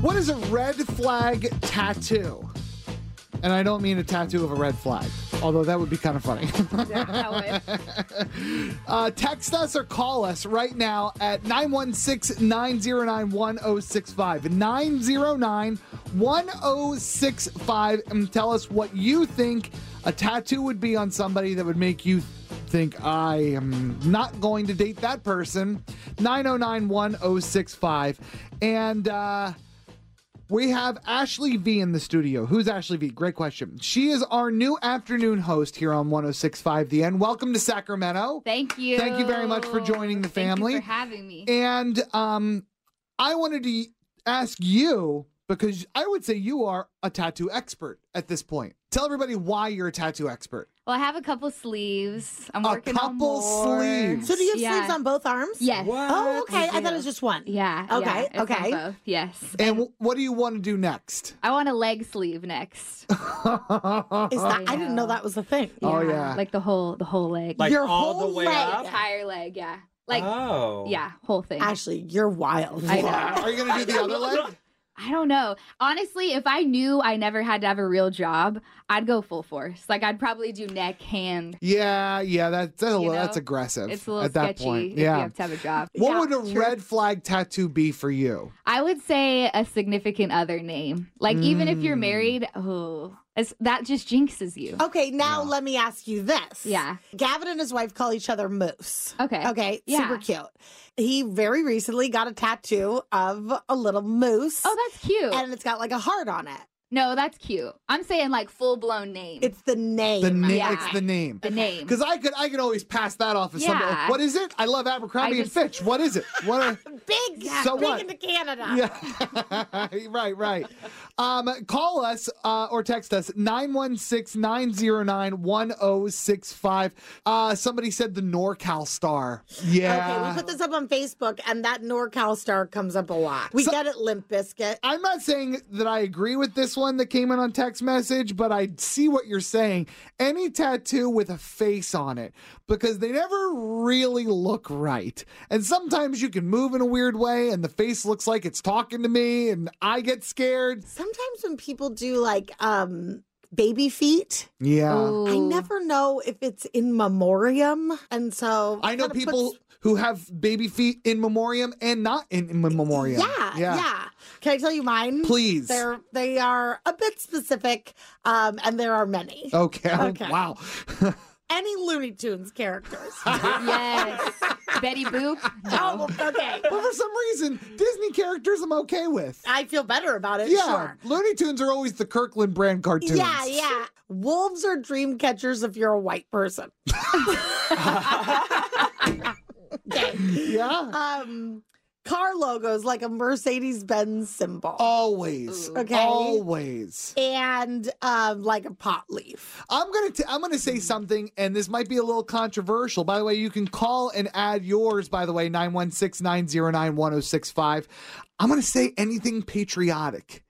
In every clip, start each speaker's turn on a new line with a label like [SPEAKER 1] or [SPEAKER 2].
[SPEAKER 1] What is a red flag tattoo? And I don't mean a tattoo of a red flag, although that would be kind of funny. uh, text us or call us right now at 916 909 1065. 909 1065 and tell us what you think a tattoo would be on somebody that would make you think I am not going to date that person. 909 1065. And, uh, we have Ashley V in the studio. Who's Ashley V? Great question. She is our new afternoon host here on 1065 The End. Welcome to Sacramento.
[SPEAKER 2] Thank you.
[SPEAKER 1] Thank you very much for joining the family.
[SPEAKER 2] Thank you for having me.
[SPEAKER 1] And um, I wanted to ask you because I would say you are a tattoo expert at this point. Tell everybody why you're a tattoo expert.
[SPEAKER 2] Well, I have a couple sleeves. I'm
[SPEAKER 1] A
[SPEAKER 2] working
[SPEAKER 1] couple
[SPEAKER 2] on more.
[SPEAKER 1] sleeves.
[SPEAKER 3] So do you have
[SPEAKER 2] Yeah.
[SPEAKER 3] sleeves on both arms?
[SPEAKER 2] Yes.
[SPEAKER 3] Oh, okay. I
[SPEAKER 2] do.
[SPEAKER 3] thought it was just one.
[SPEAKER 2] Yeah. yeah,
[SPEAKER 3] Okay.
[SPEAKER 2] it's on
[SPEAKER 3] okay.
[SPEAKER 2] both, Yes.
[SPEAKER 1] And w- what do you want to do next?
[SPEAKER 2] I want a leg sleeve next.
[SPEAKER 3] Is that? I didn't know
[SPEAKER 2] Oh, yeah.
[SPEAKER 3] that was a thing.
[SPEAKER 1] Oh, yeah.
[SPEAKER 2] Like the whole the whole leg.
[SPEAKER 4] Like
[SPEAKER 3] Your
[SPEAKER 4] all
[SPEAKER 3] whole
[SPEAKER 4] the way
[SPEAKER 3] leg.
[SPEAKER 4] up.
[SPEAKER 2] entire leg. Yeah. Like
[SPEAKER 4] oh.
[SPEAKER 2] yeah, whole thing.
[SPEAKER 3] Ashley, you're wild.
[SPEAKER 2] I know.
[SPEAKER 1] Are you going to do the other leg?
[SPEAKER 2] I don't know. Honestly, if I knew I never had to have a real job, I'd go full force. Like I'd probably do neck, hand.
[SPEAKER 1] Yeah, yeah, that, that's, a,
[SPEAKER 2] You know,
[SPEAKER 1] little that's aggressive
[SPEAKER 2] It's a little
[SPEAKER 1] at that
[SPEAKER 2] sketchy
[SPEAKER 1] point.
[SPEAKER 2] if you
[SPEAKER 1] Yeah.
[SPEAKER 2] have to have a job.
[SPEAKER 1] What
[SPEAKER 2] Yeah,
[SPEAKER 1] would a
[SPEAKER 2] true.
[SPEAKER 1] red flag tattoo be for you?
[SPEAKER 2] I would say a significant other name. Like even if you're
[SPEAKER 1] Mm.
[SPEAKER 2] married, oh, it's, that just jinxes you.
[SPEAKER 3] Okay, now let me ask you this.
[SPEAKER 2] Yeah.
[SPEAKER 3] Gavin and his wife call each other Moose.
[SPEAKER 2] Okay.
[SPEAKER 3] Okay,
[SPEAKER 2] Yeah.
[SPEAKER 3] super cute. He very recently got a tattoo of a little moose.
[SPEAKER 2] Oh, that's cute.
[SPEAKER 3] and it's got like a heart on it.
[SPEAKER 2] no, that's cute. I'm saying like full blown name.
[SPEAKER 3] It's the name.
[SPEAKER 1] The name.
[SPEAKER 2] Yeah.
[SPEAKER 1] It's the name.
[SPEAKER 2] the name.
[SPEAKER 1] Because I could, I could always pass that off as something.
[SPEAKER 2] Yeah.
[SPEAKER 1] What is it? I love Abercrombie
[SPEAKER 2] I
[SPEAKER 1] and
[SPEAKER 2] just-
[SPEAKER 1] Fitch. What is it? What are?
[SPEAKER 3] Big,
[SPEAKER 1] So
[SPEAKER 3] big
[SPEAKER 1] what?
[SPEAKER 3] into Canada.
[SPEAKER 1] yeah, right, right. Um, call us uh, or text us 916-909-1065. Uh, somebody said the NorCal Star. Yeah.
[SPEAKER 3] Okay, we put this up on Facebook, and that NorCal star comes up a lot. We
[SPEAKER 1] So-
[SPEAKER 3] get it, Limp Biscuit.
[SPEAKER 1] I'm not saying that I agree with this one that came in on text message, but I see what you're saying. Any tattoo with a face on it, because they never really look right. And sometimes you can move in a weird way, and the face looks like it's talking to me, and I get scared.
[SPEAKER 3] Sometimes when people do like um baby feet,
[SPEAKER 1] Yeah.
[SPEAKER 3] I
[SPEAKER 1] Mm.
[SPEAKER 2] Ooh.
[SPEAKER 3] never know if it's in memoriam, and so
[SPEAKER 1] I know
[SPEAKER 3] kinda
[SPEAKER 1] people
[SPEAKER 3] puts-
[SPEAKER 1] who have baby feet in memoriam and not in, in memoriam.
[SPEAKER 3] yeah, yeah, Can I tell you mine?
[SPEAKER 1] Please.
[SPEAKER 3] They're they are a bit specific, um, and there are many.
[SPEAKER 1] Okay.
[SPEAKER 3] Okay.
[SPEAKER 1] Wow.
[SPEAKER 3] Any Looney Tunes characters.
[SPEAKER 2] yes. Betty Boop.
[SPEAKER 3] oh,
[SPEAKER 2] No.
[SPEAKER 3] well, okay.
[SPEAKER 1] but for some reason, Disney characters I'm okay with.
[SPEAKER 3] I feel better about it.
[SPEAKER 1] Yeah,
[SPEAKER 3] Sure.
[SPEAKER 1] Looney Tunes are always the Kirkland brand cartoons.
[SPEAKER 3] Yeah, yeah. Wolves are dream catchers if you're a white person. okay.
[SPEAKER 1] yeah.
[SPEAKER 3] Um, car logos like a Mercedes Benz symbol.
[SPEAKER 1] Oh, Always,
[SPEAKER 3] Okay.
[SPEAKER 1] always.
[SPEAKER 3] And um, like a pot leaf.
[SPEAKER 1] I'm gonna t- I'm gonna say something, and this might be a little controversial. By the way, you can call and add yours. By the way, 916-909-1065. I'm gonna say anything patriotic.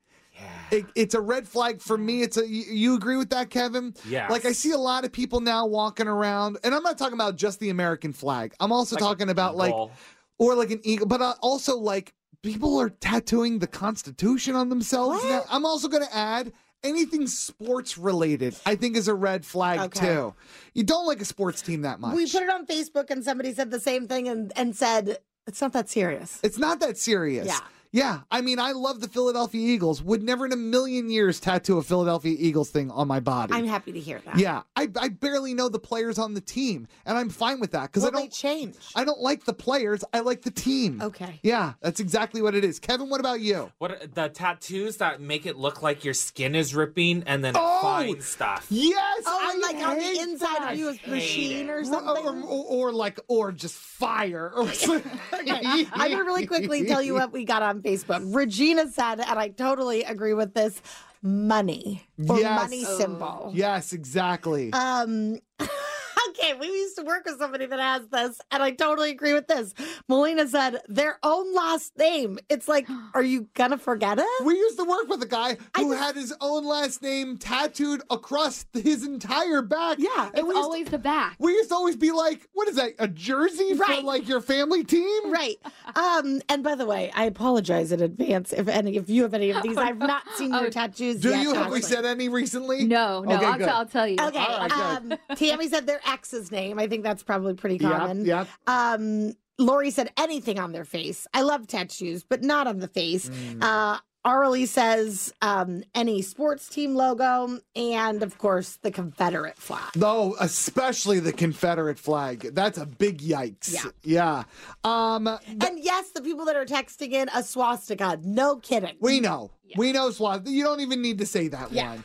[SPEAKER 1] It, it's a red flag for me. It's a you, you agree with that, Kevin?
[SPEAKER 4] Yes.
[SPEAKER 1] Like I see a lot of people now walking around, and I'm not talking about just the American flag. I'm also
[SPEAKER 4] Like
[SPEAKER 1] talking about like
[SPEAKER 4] eagle.
[SPEAKER 1] or like an eagle, but uh, also like people are tattooing the Constitution on themselves. Now. I'm also going to add anything sports related, I think is a red flag
[SPEAKER 3] Okay.
[SPEAKER 1] too. You don't like a sports team that much.
[SPEAKER 3] We put it on Facebook and somebody said the same thing and, and said, it's not that serious.
[SPEAKER 1] It's not that serious.
[SPEAKER 3] Yeah.
[SPEAKER 1] Yeah. I mean, I love the Philadelphia Eagles. Would never in a million years tattoo a Philadelphia Eagles thing on my body.
[SPEAKER 3] I'm happy to hear that.
[SPEAKER 1] yeah. I, I barely know the players on the team, and I'm fine with that because
[SPEAKER 3] Will
[SPEAKER 1] I
[SPEAKER 3] they
[SPEAKER 1] don't.
[SPEAKER 3] change?
[SPEAKER 1] I don't like the players. I like the team.
[SPEAKER 3] Okay.
[SPEAKER 1] Yeah, that's exactly what it is. Kevin, what about you?
[SPEAKER 4] What are the tattoos that make it look like your skin is ripping and then
[SPEAKER 1] Oh!
[SPEAKER 4] it finds stuff?
[SPEAKER 1] Yes.
[SPEAKER 3] Oh, and
[SPEAKER 1] I
[SPEAKER 3] like on
[SPEAKER 1] hate
[SPEAKER 3] the inside
[SPEAKER 1] that.
[SPEAKER 3] of you is machine or
[SPEAKER 1] Or,
[SPEAKER 3] something.
[SPEAKER 1] or, or like, or just fire. Or something.
[SPEAKER 3] I'm going to really quickly tell you what we got on Facebook. Regina said, and I totally agree with this money or
[SPEAKER 1] Yes.
[SPEAKER 3] money
[SPEAKER 4] Oh.
[SPEAKER 3] symbol.
[SPEAKER 1] Yes, exactly.
[SPEAKER 3] Um, okay, we used to work with somebody that has this, and I totally agree with this. Melina said, their own last name. It's like, are you going to forget it?
[SPEAKER 1] we used to work with a guy
[SPEAKER 3] I
[SPEAKER 1] who
[SPEAKER 3] just-
[SPEAKER 1] had his own last name tattooed across his entire back.
[SPEAKER 3] Yeah,
[SPEAKER 1] and
[SPEAKER 2] It's
[SPEAKER 1] we used,
[SPEAKER 2] always the back.
[SPEAKER 1] we used to always be like, "What is that? A jersey for
[SPEAKER 3] Right.
[SPEAKER 1] like your family team?"
[SPEAKER 3] Right. Um, and by the way, I apologize in advance if any if you have any of these. I've not seen your tattoos
[SPEAKER 1] Do
[SPEAKER 3] yet.
[SPEAKER 1] you have we
[SPEAKER 3] Ashley.
[SPEAKER 1] said any recently?
[SPEAKER 2] No, no,
[SPEAKER 1] Okay,
[SPEAKER 2] I'll, t-
[SPEAKER 1] good.
[SPEAKER 2] I'll tell you.
[SPEAKER 3] Okay.
[SPEAKER 1] All right,
[SPEAKER 3] um, Tammy said their ex's name. I think that's probably pretty
[SPEAKER 1] Yeah,
[SPEAKER 3] common.
[SPEAKER 1] yeah.
[SPEAKER 3] Um, Lori said anything on their face. I love tattoos, but not on the face. Uh, Arlie says um, any sports team logo, and of course the Confederate flag.
[SPEAKER 1] Though, especially the Confederate flag. That's a big yikes. Yeah. Um,
[SPEAKER 3] And yes, the people that are texting in a swastika. No kidding.
[SPEAKER 1] we know. We know Swath. You don't even need to say that
[SPEAKER 3] Yeah.
[SPEAKER 1] one.